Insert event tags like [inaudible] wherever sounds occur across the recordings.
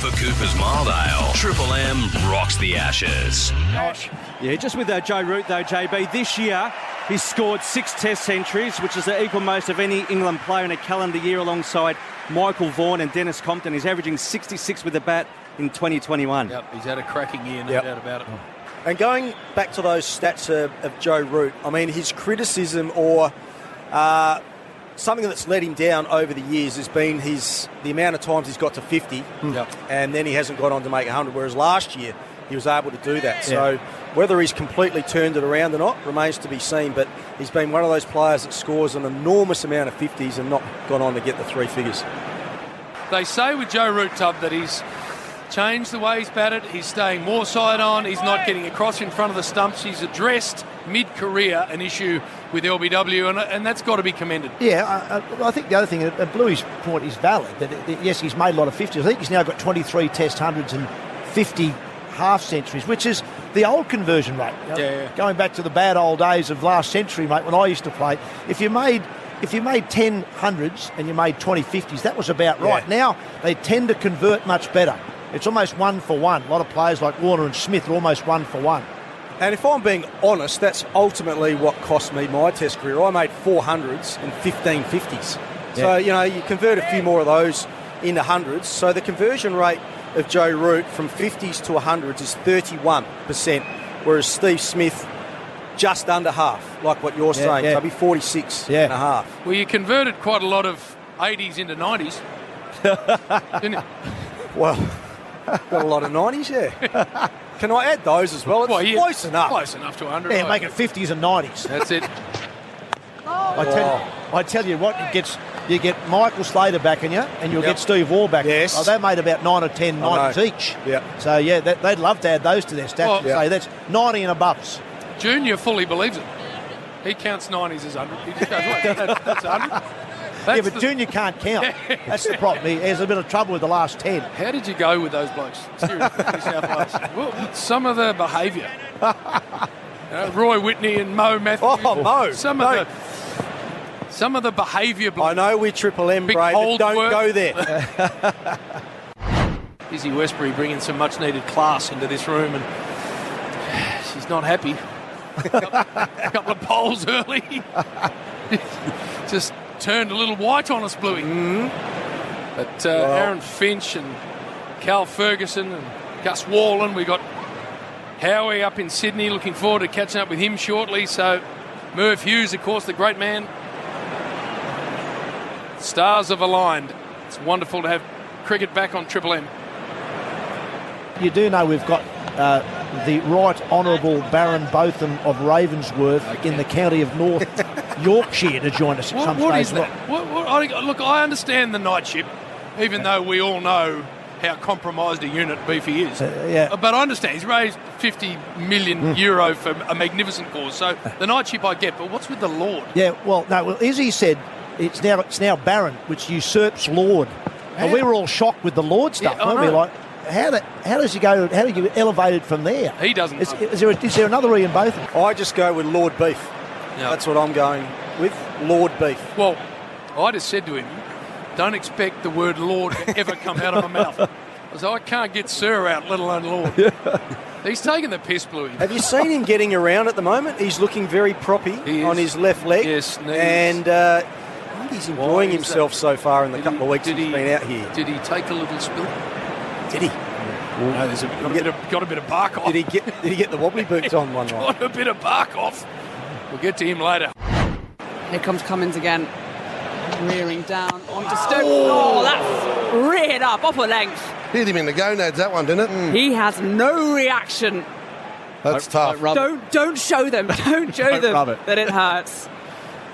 Cooper's Mild Ale, Triple M rocks the ashes. Yeah, just with uh, Joe Root though, JB, this year he's scored six test centuries, which is the equal most of any England player in a calendar year alongside Michael Vaughan and Dennis Compton. He's averaging 66 with the bat in 2021. Yep, he's had a cracking year, no Yep. doubt about it. Oh. And going back to those stats of, of Joe Root, I mean, his criticism or uh, something that's let him down over the years has been his the amount of times he's got to 50 Yep. and then he hasn't got on to make 100, whereas last year he was able to do that. So whether he's completely turned it around or not remains to be seen, but he's been one of those players that scores an enormous amount of 50s and not gone on to get the three figures. They say with Joe Root Tub that he's changed the way he's batted. He's staying more side on. He's not getting across in front of the stumps. He's addressed mid-career an issue with LBW, and, and that's got to be commended. Yeah, I- I, I think the other thing, and Bluey's point is valid, that, that yes, he's made a lot of 50s. I think he's now got 23 test hundreds and 50 half centuries, which is the old conversion rate. you know. Yeah, yeah. Going back to the bad old days of last century, mate, when I used to play, if you made if you made 10 hundreds and you made 20 50s, that was about right. Now, they tend to convert much better. It's almost one for one. A lot of players like Warner and Smith are almost one for one. And if I'm being honest, that's ultimately what cost me my test career. I made 400s and 1550s. So, Yeah. you know, you convert a few more of those into hundreds. So the conversion rate of Joe Root from 50s to 100s is 31%, whereas Steve Smith just under half, like what you're saying, yeah. maybe 46 Yeah. and a half. Well, you converted quite a lot of 80s into 90s. [laughs] didn't you? Well, [laughs] got a lot of 90s, yeah. [laughs] Can I add those as well? It's Well, yeah, close enough. Close enough to 100. Yeah, I make it think. 50s and 90s. That's it. I tell, Wow. Oh. I tell you what, it gets you get Michael Slater backing you, and you'll Yep. get Steve Waugh backing. you. Yes. Oh, they made about nine or ten I know. 90s each. Yep. So yeah, that, they'd love to add those to their stats. Well- and Yep. say that's ninety and above. Junior fully believes it. He counts 90s as 100. He just [laughs] goes, "Wait, that- that's 100. Yeah, That's but the- Junior can't [laughs] count. that's the problem. He has a bit of trouble with the last ten. How did you go with those blokes? Seriously, New South [laughs] Wales. Well, some of the behaviour. You know, Roy Whitney and Mo Matthews. Oh, Mo, Some no. of the some of the behaviour. I blokes. know we're Triple M, Big Brave, but old don't work. go there. Izzy Westbury bringing some much needed class into this room, and she's not happy. [laughs] A couple of poles early. [laughs] Just turned a little white on us, Bluey. But uh, Aaron Finch and Cal Ferguson and Gus Wallen, we got Howie up in Sydney. Looking forward to catching up with him shortly. So, Merv Hughes, of course, the great man. Stars have aligned. It's wonderful to have cricket back on Triple M. You do know we've got uh, the Right Honourable Baron Botham of Ravensworth in the county of [laughs] North Yorkshire to join us at What, some what stage. is that? What, what, I, look, I understand the night ship, even though we all know how compromised a unit Beefy is. Uh, Hmm. yeah. Uh, But I understand he's raised 50 million euro for a magnificent cause. So Uh. the night ship I get, but what's with the Lord? Yeah, well, no, well, Izzy said it's now it's now Baron, which usurps Lord. And we were all shocked with the Lord stuff, Yeah, I weren't we? know. Like, how, the, how does he go? How do you get elevated from there? He doesn't Is, know. is, there, a, is there another Ian Botham? I just go with Lord Beef. That's what I'm going with. Lord Beef. Well, I just said to him, don't expect the word Lord to ever come out of my mouth. I was like, I can't get Sir out, let alone Lord. He's taking the piss, [laughs] Bluey. Have you seen him getting around at the moment? He's looking very He proppy is. on his left leg. Yes, knees. and uh, I think he's enjoying is himself so far in the Did couple he- of weeks did he's he- been out here. Did he take a little spill? Did he? No, there's a, got, a bit of, got a bit of bark off. Did he get? Did he get the wobbly boots on [laughs] one night? What a bit of bark off. We'll get to him later. Here comes Cummins again, rearing down onto Stokes. Oh, that's reared up, upper length. Hit him in the gonads, that one, didn't it? Mm. He has no reaction. That's tough. Don't don't show them. [laughs] Don't show them rub it. that it hurts.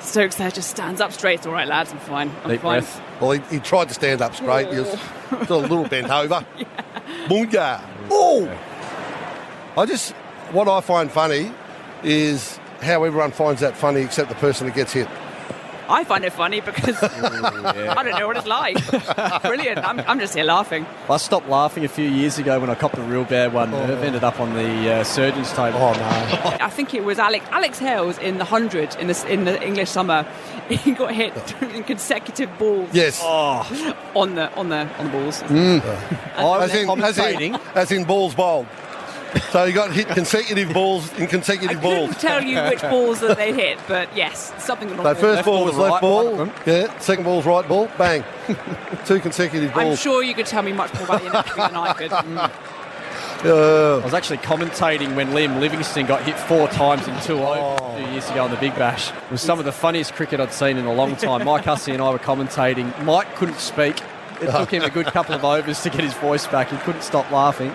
Stokes there just stands up straight. It's All right, lads, I'm fine. I'm Deep fine. breath. Well, he, he tried to stand up straight. He was just a [laughs] little bent over. Munga. Oh! I just, what I find funny is how everyone finds that funny except the person that gets hit. I find it funny [laughs] because Oh, I don't know what it's like. Brilliant. I'm, I'm just here laughing. I stopped laughing a few years ago when I copped a real bad one. Nerve ended up on the uh, surgeon's table. Oh no! [laughs] I think it was Alex Alex Hales in the hundred in the in the English summer. [laughs] He got hit [laughs] in consecutive balls Yes. Oh. Mm. on the on the on the balls. Mm. [laughs] as, in, as, in, as in balls bowled. So you got [laughs] hit consecutive balls in I consecutive couldn't balls. tell you which balls that they hit, but yes, something along So those first ball ball was to left right, one of ball. them. Yeah. Second ball was right ball. [laughs] Bang. Two consecutive I'm balls. sure you could tell me much more about the [laughs] NFL than I could. I was actually commentating when Liam Livingston got hit four times in two overs a few years ago on the Big Bash. It was some of the funniest cricket I'd seen in a long time. Mike Hussey and I were commentating. Mike couldn't speak. It took him a good couple of overs to get his voice back. He couldn't stop laughing.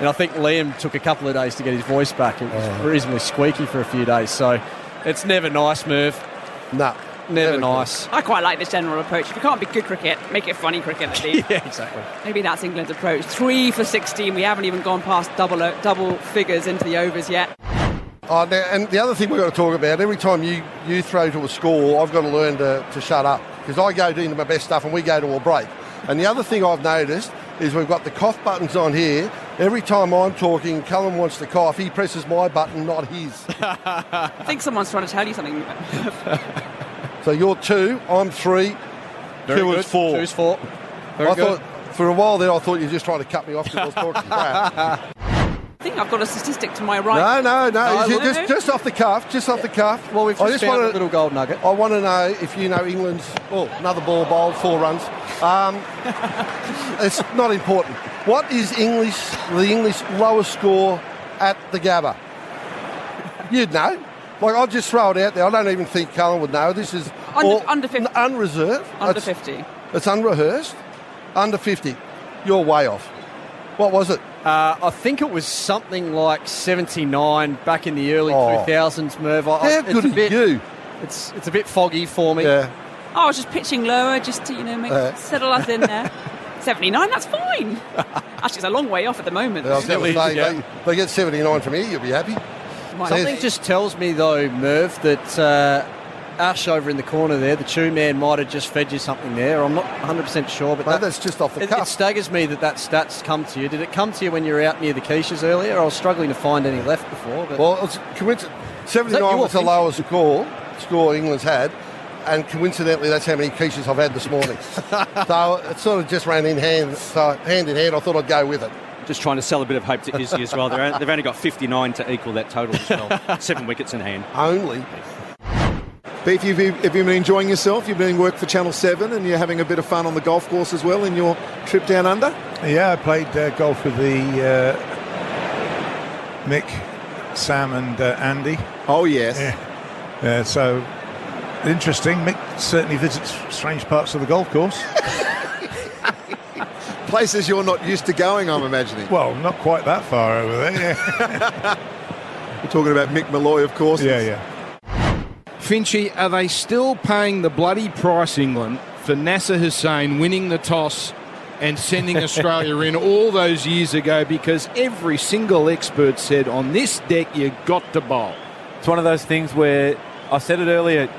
And I think Liam took a couple of days to get his voice back. It was reasonably squeaky for a few days. So it's never nice, Merv. Nah. Never, Never nice. I quite like this general approach. If you can't be good cricket, make it funny cricket at [laughs] least. Yeah, exactly. Maybe that's England's approach. Three for 16. We haven't even gone past double o- double figures into the overs [laughs] yet. Oh, now, and the other thing we've got to talk about, every time you, you throw to a score, I've got to learn to, to shut up because I go into my best stuff and we go to a break. And the other thing I've noticed is we've got the cough buttons on here. Every time I'm talking, Cullen wants to cough, he presses my button, not [laughs] his. I think someone's trying to tell you [laughs] something. so you're two, I'm three. Two is four. Two's four. Very I good. thought, for a while there, I thought you were just trying to cut me off because I was [laughs] talking crap. I think I've got a statistic to my right. No, no, no. No, you look- just, just off the cuff, just off the cuff. Well, we've I just, found wanna- a little gold nugget. I want to know if you know England's. Oh, another ball bowled, four runs. [laughs] Um, it's not important. What is English? The English lowest score at the Gabba. You'd know. Like I'll just throw it out there. I don't even think Cullen would know. This is Under- all- under 50. n- unreserved. Under it's, 50. It's unrehearsed. Under fifty. You're way off. What was it? Uh, I think it was something like 79 back in the early Oh. 2000s, Merv. I, How it's good a are bit, you? It's, it's a bit foggy for me. Yeah. Oh, I was just pitching lower just to, you know, make, Uh. settle us in [laughs] there. 79, that's fine. Actually, it's a long way off at the moment. I was going to Silly, say, yeah. they, they get 79 from here, you'll be happy. Might so not Something just tells me, though, Merv, that uh, Ash over in the corner there, the chew man, might have just fed you something there. I'm not 100% sure, but Mate, that- that's just off the it, it cuff. staggers me that that stat's come to you. Did it come to you when you were out near the Quiches earlier? I was struggling to find any left before. But Well, it's coincident. 79 your was the thinking? lowest score score England's had, and coincidentally, that's how many quiches I've had this [laughs] morning. so it sort of just ran in hand, so hand in hand. I thought I'd go with it. Just trying to sell a bit of hope to Izzy as well. They're, they've only got 59 to equal that total as [laughs] well. Seven wickets in hand. Only Beef, you've, have you been enjoying yourself? You've been work for Channel 7 and you're having a bit of fun on the golf course as well in your trip down under? Yeah, I played uh, golf with the uh, Mick, Sam, and uh, Andy. Oh, yes. Yeah. Uh, so interesting. Mick certainly visits strange parts of the golf [laughs] course. Places you're not used to going, I'm imagining. Well, not quite that far over there. Yeah, [laughs] We're talking about Mick Malloy, of course. yeah. yeah. Finchy, are they still paying the bloody price, England, for Nasser Hussain winning the toss and [laughs] sending Australia in all those years ago? Because every single expert said on this deck you got to bowl. It's one of those things where I said it earlier.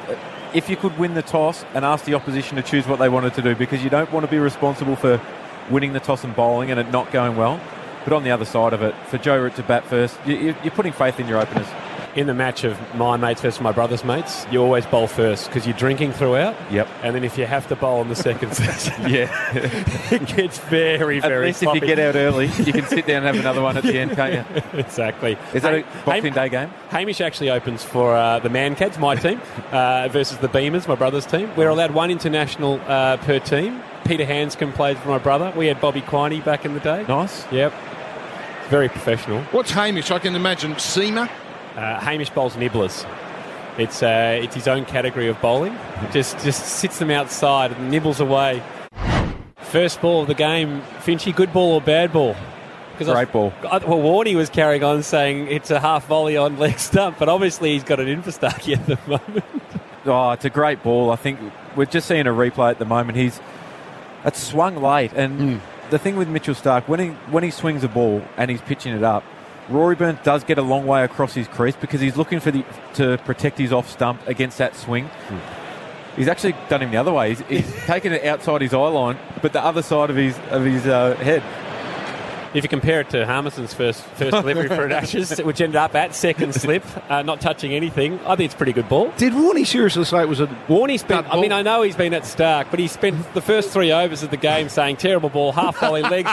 If you could win the toss and ask the opposition to choose what they wanted to do, because you don't want to be responsible for winning the toss and bowling and it not going well. But on the other side of it, for Joe Root to bat first, you, you, you're putting faith in your openers. In the match of my mates versus my brother's mates, you always bowl first because you're drinking throughout. Yep. And then if you have to bowl in the second [laughs] session, Yeah. it gets very, at least if you get out early, you can sit down and have [laughs] another one at the end, can't you? Exactly. Is that a Boxing Day game? Hamish actually opens for uh, the Man Cats, my [laughs] team, uh, versus the Beamers, my brother's team. We're allowed one international uh, per team. Peter Hanscom played for my brother. We had Bobby Quiney back in the day. Nice. Yep. Very professional. What's Hamish? I can imagine Seema. Uh, Hamish bowls nibblers. It's uh, it's his own category of bowling. Just just sits them outside and nibbles away. First ball of the game, Finchy, good ball or bad ball? 'Cause I- Great ball. I, well, Warney was carrying on saying it's a half volley on leg stump, but obviously he's got it in for Starkey [laughs] at the moment. Oh, it's a great ball. I think we're just seeing a replay at the moment. He's it's swung late, and the thing with Mitchell Stark when he when he swings a ball and he's pitching it up, Rory Burns does get a long way across his crease because he's looking for the to protect his off stump against that swing. He's actually done him the other way. He's, he's taken it outside his eye line, but the other side of his of his uh, head. If you compare it to Harmison's first first [laughs] delivery for an Ashes, which ended up at second slip, uh, not touching anything, I think it's a pretty good ball. Did Warney seriously say it was a Warney spent? I mean, I know he's been at Stark, but he spent the first three overs of the game saying terrible ball, half volley legs.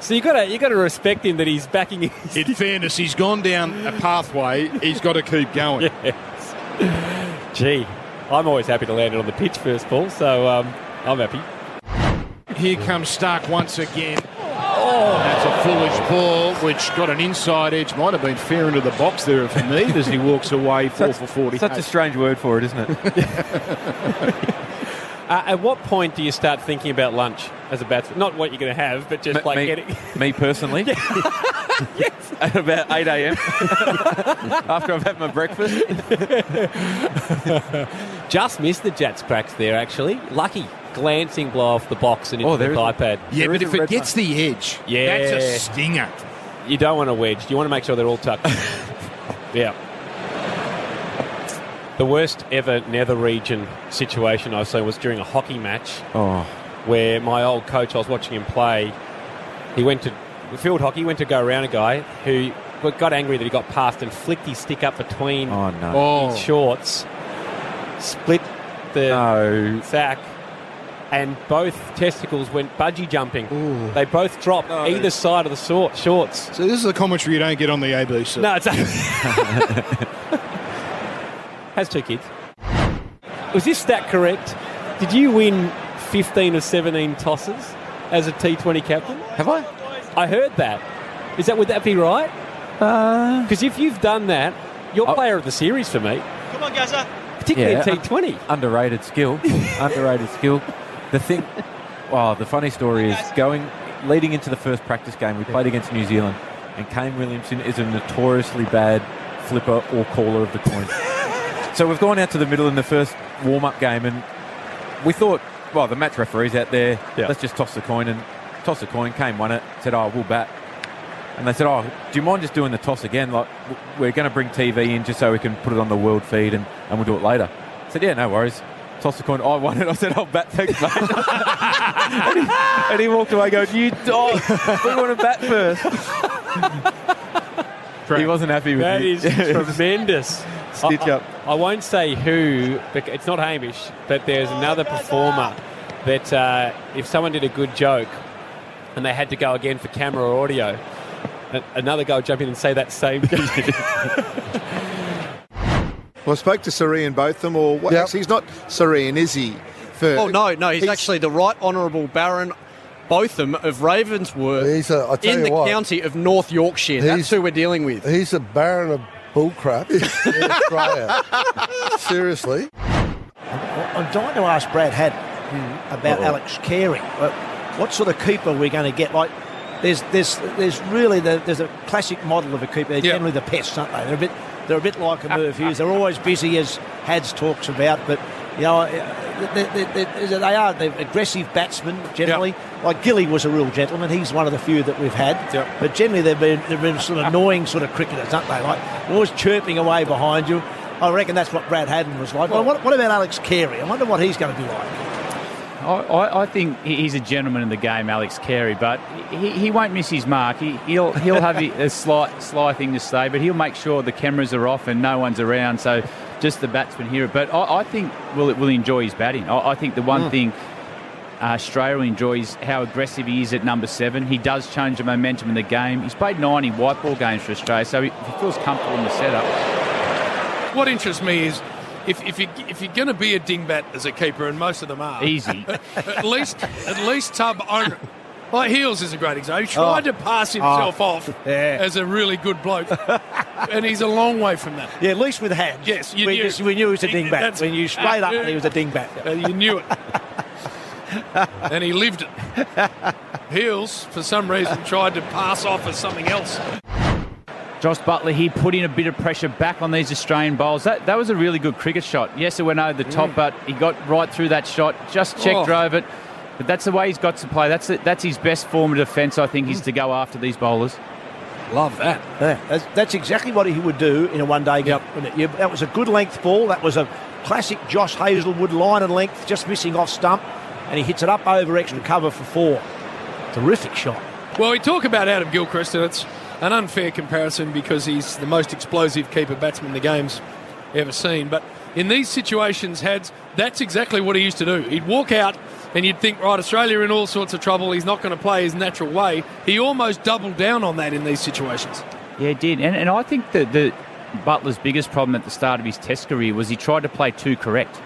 [laughs] so you got to you got to respect him that he's backing. His In fairness, he's gone down a pathway. He's got to keep [laughs] going. Gee, I'm always happy to land it on the pitch first ball, so um, I'm happy. Here comes Stark once again. Oh, that's a foolish ball, which got an inside edge. Might have been fair into the box there for me as he walks away four for forty. [laughs] Such a strange word for it, isn't it? Uh, at what point do you start thinking about lunch as a batsman? Not what you're going to have, but just M- like me, [laughs] getting. me personally. [laughs] At [laughs] about 8 a.m. [laughs] after I've had my breakfast. [laughs] Just missed the Jats cracks there, actually. Lucky. Glancing blow off the box and into Oh, there the is a- iPad. Yeah, but if it gets the edge, Yeah. that's a stinger. You don't want a wedge. You want to make sure they're all tucked. [laughs] yeah. The worst ever nether region situation I've seen was during a hockey match [laughs] Oh. where my old coach, I was watching him play, he went to the field hockey, he went to go around a guy who got angry that he got past and flicked his stick up between Oh, no. his shorts, split the sack, and both testicles went bungee jumping. They both dropped either side of the sort, shorts. So this is a commentary you don't get on the ABC. No, it's [laughs] has two kids. Was this stat correct? Did you win 15 of 17 tosses as a T20 captain? Have I? I heard that. Is that would that be right? Because if you've done that, you're player of the series for me, Come on, Gazza. particularly in T20. Underrated skill. underrated skill. The thing, well, the funny story is going, leading into the first practice game, we played against New Zealand, and Kane Williamson is a notoriously bad flipper or caller of the [laughs] coin. so we've gone out to the middle in the first warm up game, and we thought, well, the match referee's out there, let's just toss the coin. And toss the coin, Kane won it, said, oh, we'll bat. And they said, "Oh, do you mind just doing the toss again? Like, w- we're going to bring TV in just so we can put it on the world feed, and, and we'll do it later." I said, "Yeah, no worries." Tossed the coin. I won it. I said, "I'll bat, thanks, mate." [laughs] and, he, and he walked away, going, "You dog! We want to bat [laughs] first. he wasn't happy with That me. [laughs] is tremendous. Stitch I, I- up. I won't say who, bec- it's not Hamish, but there's another performer that uh, if someone did a good joke and they had to go again for camera or audio, a- another guy would jump in and say that same [laughs] Well, I spoke to Serene both them, or what, actually, he's not Serene, is he? For, Oh no, no, he's, actually the Right Honourable Baron Botham of Ravensworth a- I tell in you the what. county of North Yorkshire. That's He's- who we're dealing with. He's a baron of bullcrap [laughs] in Australia. Seriously. I'm dying to ask Brad Haddon about Uh-oh. Alex Carey. Uh, What sort of keeper are we going to get? Like, there's there's there's really the, there's a classic model of a keeper. They're generally the pests, aren't they? They're a bit they're a bit like a Merv Hughes. They're always busy, as Hads talks about. But you know, uh, they, they, they, they are they're aggressive batsmen generally. Like Gilly was a real gentleman. He's one of the few that we've had. But generally, they've been they've been sort of annoying sort of cricketers, aren't they? Like always chirping away behind you. I reckon that's what Brad Haddon was like. Well, what, what about Alex Carey? I wonder what he's going to be like. I, I, I think he- he's a gentleman in the game, Alex Carey, but he, he won't miss his mark. He, he'll he'll have a slight sly thing to say, but he'll make sure the cameras are off and no one's around, so just the batsmen hear it. But I, I think will will enjoy his batting. I, I think the one Mm. thing. Uh, Australia enjoys how aggressive he is at number seven. He does change the momentum in the game. He's played 90 white ball games for Australia, so he, he feels comfortable in the setup. What interests me is if, if, you, if you're going to be a dingbat as a keeper, and most of them are, Easy. [laughs] at least at least tub owner. Like Heels is a great example. He tried Oh. to pass himself Oh. off [laughs] Yeah. as a really good bloke, and he's a long way from that. Yeah, at least with hands. Yes, you we, knew. just- we knew he was a dingbat. That's- when you sprayed up, he was a [laughs] dingbat. Uh, you [laughs] knew it. and he lived it. Heels, for some reason, tried to pass off as something else. Josh Butler here put in a bit of pressure back on these Australian bowls. That that was a really good cricket shot. Yes, it went over the Mm. top, but he got right through that shot. Just checked, Oh. drove it. But that's the way he's got to play. That's that's his best form of defence. I think is to go after these bowlers. Mm. Love that. Yeah, that's, that's exactly what he would do in a one-day game. wouldn't it? You- That was a good length ball. That was a Classic Josh Hazelwood, line and length, just missing off stump, and he hits it up over extra cover for four. Terrific shot. Well, we talk about Adam Gilchrist, and it's an unfair comparison because he's the most explosive keeper batsman the game's ever seen. But in these situations, Hads, that's exactly what he used to do. He'd walk out, and you'd think, right, Australia in all sorts of trouble. He's not going to play his natural way. He almost doubled down on that in these situations. Yeah, it did. And, and I think that the Butler's biggest problem at the start of his Test career was he tried to play too correct.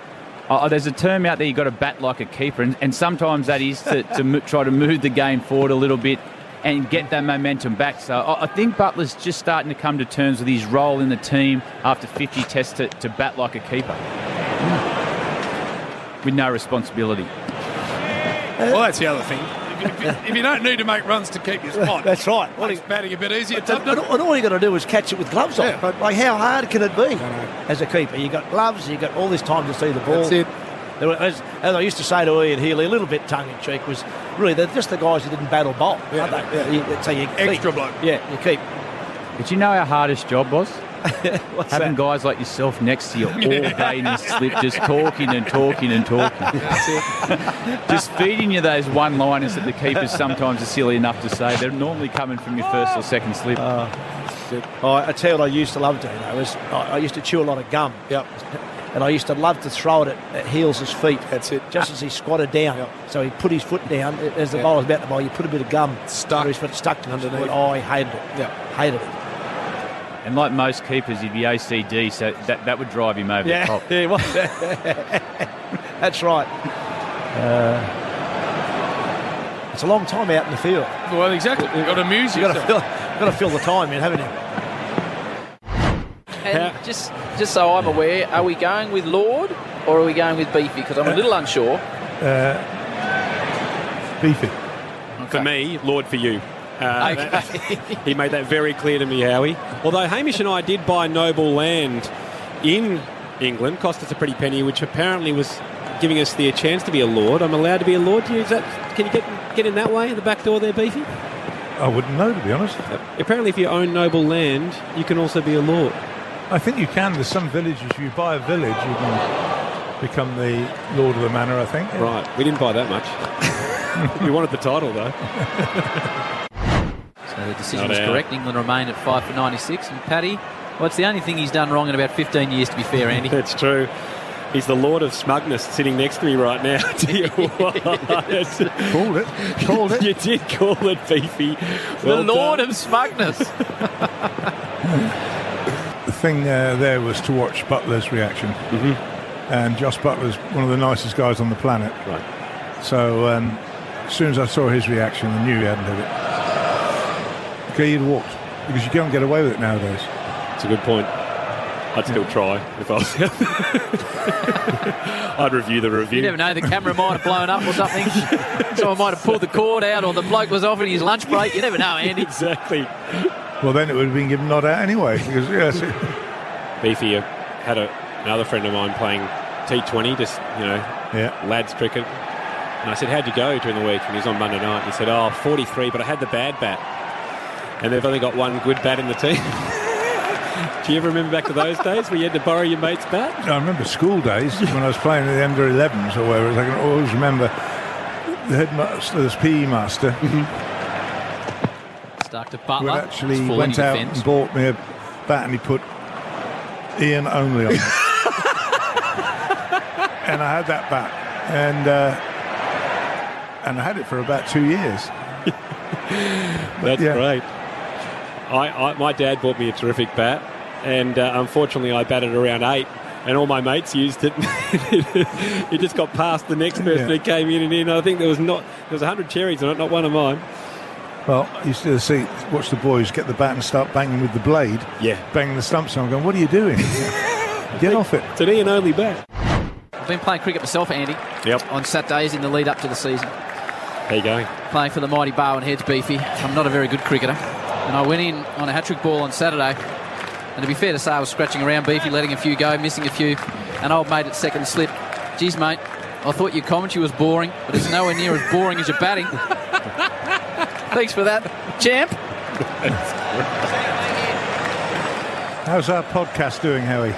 Uh, there's a term out there you've got to bat like a keeper, and, and sometimes that is to, to mo- try to move the game forward a little bit and get that momentum back. So I, I think Butler's just starting to come to terms with his role in the team after 50 Tests to, to bat like a keeper Hmm. with no responsibility. Well, that's the other thing. If you, if you don't need to make runs to keep your spot, [laughs] That's right. makes batting a bit easier. And, and and all you got to do is catch it with gloves on. But, Like how hard can it be as a keeper? You got gloves. You got all this time to see the ball. That's it. There were- As, as I used to say to Ian Healy, a little bit tongue in cheek was really they're just the guys who didn't battle bowl. Yeah. You, so you Extra keep, bloke. Yeah, you keep. But you know our hardest [laughs] job was? Having that? guys like yourself [laughs] next to you all day in your slip, just talking and talking and [laughs] talking. just feeding you those one liners that the keepers sometimes are silly enough to say. They're normally coming from your first or second slip. Ah. I, I tell you what I used to love doing. I was I, I used to chew a lot of gum. Yep. And I used to love to throw it at, at Heels' feet. That's it. Just as he squatted down. So he put his foot down a- as the Yeah. ball was about to bowl. You put a bit of gum stuck. His foot stuck to underneath. Underneath. Oh, I hated it. Yeah. Hated it. And like most keepers, he'd be ACD, so that, that would drive him over Yeah, the [laughs] top. yeah, well, that's right. Uh, it's a long time out in the field. Well, exactly. You've got to amuse you got to yourself. fill, you've got to fill the time in, haven't you? And just just so I'm aware, are we going with Lord or are we going with Beefy? Because I'm a little unsure. Uh, beefy. For me, Lord for you. Uh, that- [laughs] he made that very clear to me, Howie. Although Hamish and I did buy noble land in England, cost us a pretty penny, which apparently was giving us the chance to be a lord. I'm allowed to be a lord. Do you- Is that? Can you get get in that way, the back door there, Beefy? I wouldn't know, to be honest. Apparently, if you own noble land, you can also be a lord. I think you can. There's some villages. If you buy a village, you can become the lord of the manor. I think. Right. [laughs] We didn't buy that much. we wanted the title though. [laughs] So the decision Not was out. correct. England remain at five for 96. And Paddy, well, it's the only thing he's done wrong in about 15 years, to be fair, [laughs] Andy. That's true. He's the Lord of Smugness sitting next to me right now. [laughs] Tell you what. called it. Called it. you did call it, Beefy. Well the Lord done. of Smugness. The thing uh, there was to watch Butler's reaction, Mm-hmm. and Josh Butler's one of the nicest guys on the planet. Right. So um, as soon as I saw his reaction, I knew he hadn't did it. Okay, he'd walked because you can't get away with it nowadays. It's a good point. I'd still try if I was. [laughs] I'd review the review. You never know, the camera might have blown up [laughs] or something. Someone might have pulled the cord out or the bloke was off in his lunch break. You never know, [laughs] Andy. Exactly. Well, then it would have been given nod out anyway because yes, it- Beefy uh, had a, another friend of mine playing T20, just, you know, Yeah. lads cricket. And I said, How'd you go during the week? And he was on Monday night. He said, Oh, 43, but I had the bad bat. And they've only got one good bat in the team. [laughs] Do you ever remember back to those days where you had to borrow your mate's bat? I remember school days when I was playing in the under 11s or wherever. I can always remember the headmaster, this PE master, Stark to would Butler. actually Uh-huh. It's full went in out defence. and bought me a bat and he put Ian only on it. and I had that bat. And, uh, and I had it for about two years. That's great. I, I, my dad bought me a terrific bat, and uh, unfortunately, I batted around eight, and all my mates used it. [laughs] it just got past the next person Yeah. who came in and in. I think there was not there was hundred cherries on it, not one of mine. Well, you used to see, watch the boys get the bat and start banging with the blade. Yeah. Banging the stumps. And I'm going, what are you doing? get off it. It's an Ian only bat. I've been playing cricket myself, Andy. Yep. On Saturdays in the lead up to the season. There you go. Playing for the mighty Barwon Heads, Beefy. I'm not a very good cricketer. And I went in on a hat trick ball on Saturday. And to be fair to say, I was scratching around, Beefy, letting a few go, missing a few. And old mate at second slip. Geez, mate, I thought your commentary was boring, but it's nowhere near as boring as your batting. [laughs] Thanks for that, champ. How's our podcast doing, Howie?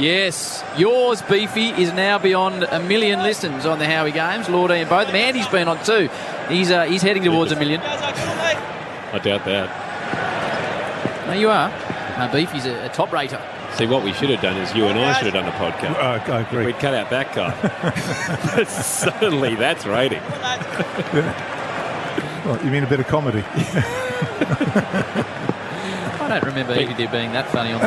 Yes, yours, Beefy, is now beyond a million listens on the Howie Games. Lord Ian Botham. Andy's been on too. He's uh, he's heading towards a million. I doubt that. No, you are. Uh, Beefy's a, a top rater. See, what we should have done is you and I should have done a podcast. Uh, I agree. We'd cut out that guy. [laughs] Suddenly, that's [laughs] [laughs] rating. Well, you mean a bit of comedy? [laughs] I don't remember either there being that funny on the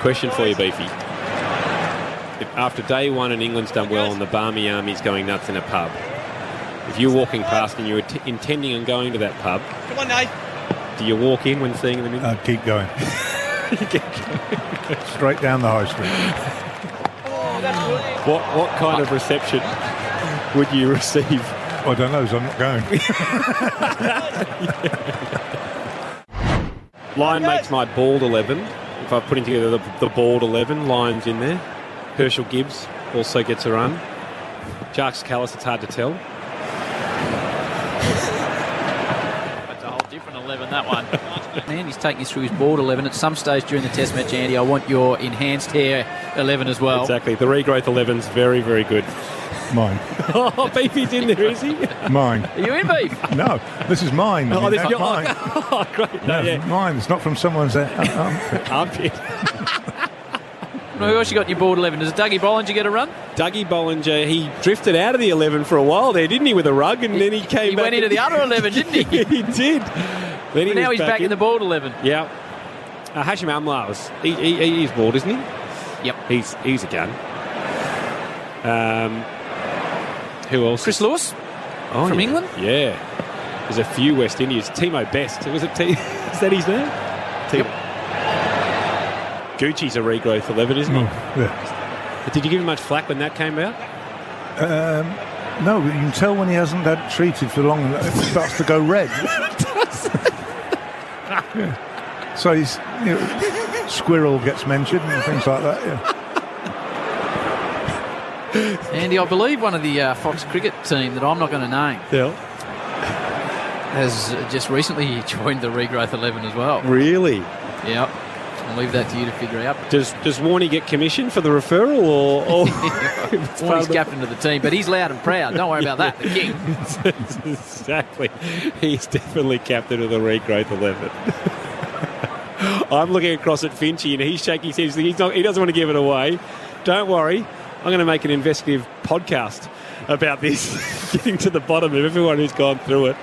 [laughs] Question for you, Beefy. If after day one and England's done well and the Barmy Army's going nuts in a pub, if you're walking past and you're t- intending on going to that pub, Come on, Nate. do you walk in when seeing them in? Uh, keep going. [laughs] Straight down the high street. What what kind of reception would you receive? I don't know, so I'm [laughs] not going. Lion makes my bald 11. If I'm putting together the, the bald 11, Lion's in there. Herschel Gibbs also gets a run. Jarks Callis, it's hard to tell. That's a whole different 11, that one. [laughs] Man, he's taking us through his board 11 at some stage during the test match, Andy. I want your enhanced hair 11 as well. Exactly. The regrowth 11's very, very good. Mine. [laughs] oh, Beefy's in there, is he? Mine. Are you in, Beef? No, this is mine. Oh, You this know, is mine. [laughs] Oh, great. [laughs] No, No, yeah. mine. It's not from someone's uh, uh, Armpit. [laughs] Who else you got in your board 11? Does Dougie Bollinger get a run? Dougie Bollinger, he drifted out of the 11 for a while there, didn't he, with a rug, and then he came He back. went into the other 11, [laughs] didn't he? he did. Then he But now was he's back in the board 11. Yeah. Uh, Hashim Amla was. He, he, he is bored, isn't he? Yep. He's he's a gun. Um, who else? Chris Lewis oh, from yeah. England? Yeah. There's a few West Indians. Timo Best. Was it T- [laughs] is that his name? Timo. Gucci's a regrowth 11, isn't he? But Did you give him much flack when that came out? um, No, you can tell when he hasn't had treated for long and it starts to go red. Yeah. So he's you know, squirrel gets mentioned and things like that. Yeah. Andy, I believe one of the uh, Fox cricket team that I'm not going to name Yeah. has uh, just recently [laughs] joined the regrowth 11 as well. Really? Yep. I'll leave that to you to figure out. Does does Warney get commission for the referral or, [laughs] or Well, he's captain of the team, but he's loud and proud. Don't worry [laughs] about that. The king. exactly. He's definitely captain of the regrowth eleven. [laughs] I'm looking across at Finchy and he's shaking his head. He's thinking He's not, he doesn't want to give it away. Don't worry, I'm going to make an investigative podcast about this, [laughs] getting to the bottom of everyone who's gone through it.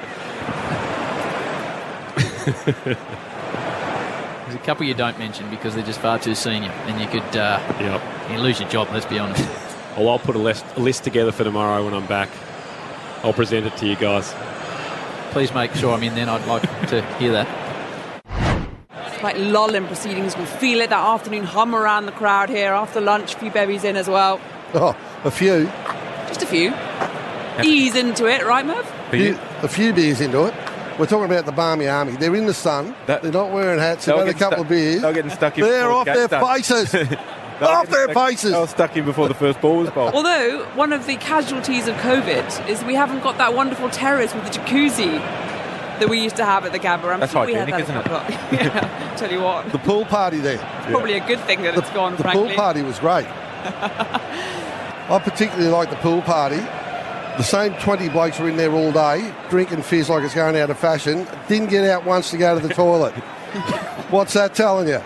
There's a couple you don't mention because they're just far too senior, and you could uh, you lose your job. Let's be honest. [laughs] Well, Oh, I'll put a list, a list together for tomorrow when I'm back. I'll present it to you guys. Please make sure I'm in then. I'd like to hear that. Like Lolland proceedings, we feel it that afternoon hum around the crowd here. After lunch, a few bevvies in as well. Oh, a few. Just a few. Ease into it, right, Merv? Few- a few beers into it. We're talking about the Barmy Army. They're in the sun. They're not wearing hats. They've They were had a getting stuck- couple of beers. They were getting stuck in They're before off the their game started. faces. [laughs] They were off getting their stuck- faces. They were stuck in before the first ball was bowled. Although one of the casualties of COVID is we haven't got that wonderful terrace with the jacuzzi that we used to have at the Gabba. I'm That's sure we had hygienic, that isn't a couple of- yeah, tell you what, The pool party [laughs] there. probably a good thing that the, it's gone. the frankly, pool party [laughs] was great. I particularly like the pool party. The same 20 blokes were in there all day, drinking fizz like it's going out of fashion. Didn't get out once to go to the toilet. [laughs] What's that telling you?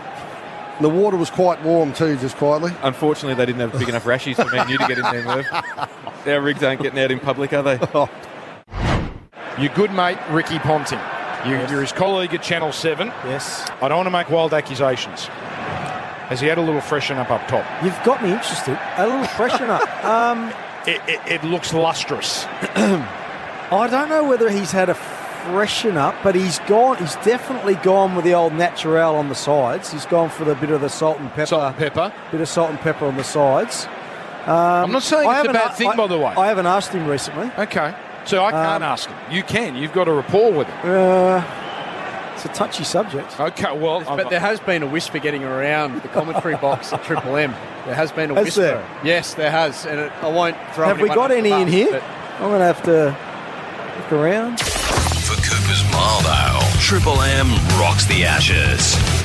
And the water was quite warm too, just quietly. Unfortunately, they didn't have big enough rashies for me and you to get in there, Merv. [laughs] Our rigs aren't getting out in public, [laughs] are they? Oh. Your good mate Ricky Ponting. You, You're his colleague at Channel 7. Yes. I don't want to make wild accusations. Has he had a little freshen up up top? You've got me interested. A little freshen [laughs] up. Um, it, it, it looks [clears throat] lustrous. I don't know whether he's had a freshen up, but he's gone. He's definitely gone with the old naturel on the sides. He's gone for the bit of the salt and pepper. Salt and pepper. Bit of salt and pepper on the sides. Um, I'm not saying it's a bad thing, I, by the way. I haven't asked him recently. Okay. So I can't ask him. You can. You've got a rapport with him. Uh, it's a touchy subject. Okay, well. But there has been a whisper getting around the [laughs] commentary box at Triple M. There has been a Has whisper. there? Yes, there has, and it, I won't throw. Have we anyone got under the any in bus, here? but- I'm going to have to look around. For Cooper's Marlow, Triple M rocks the Ashes.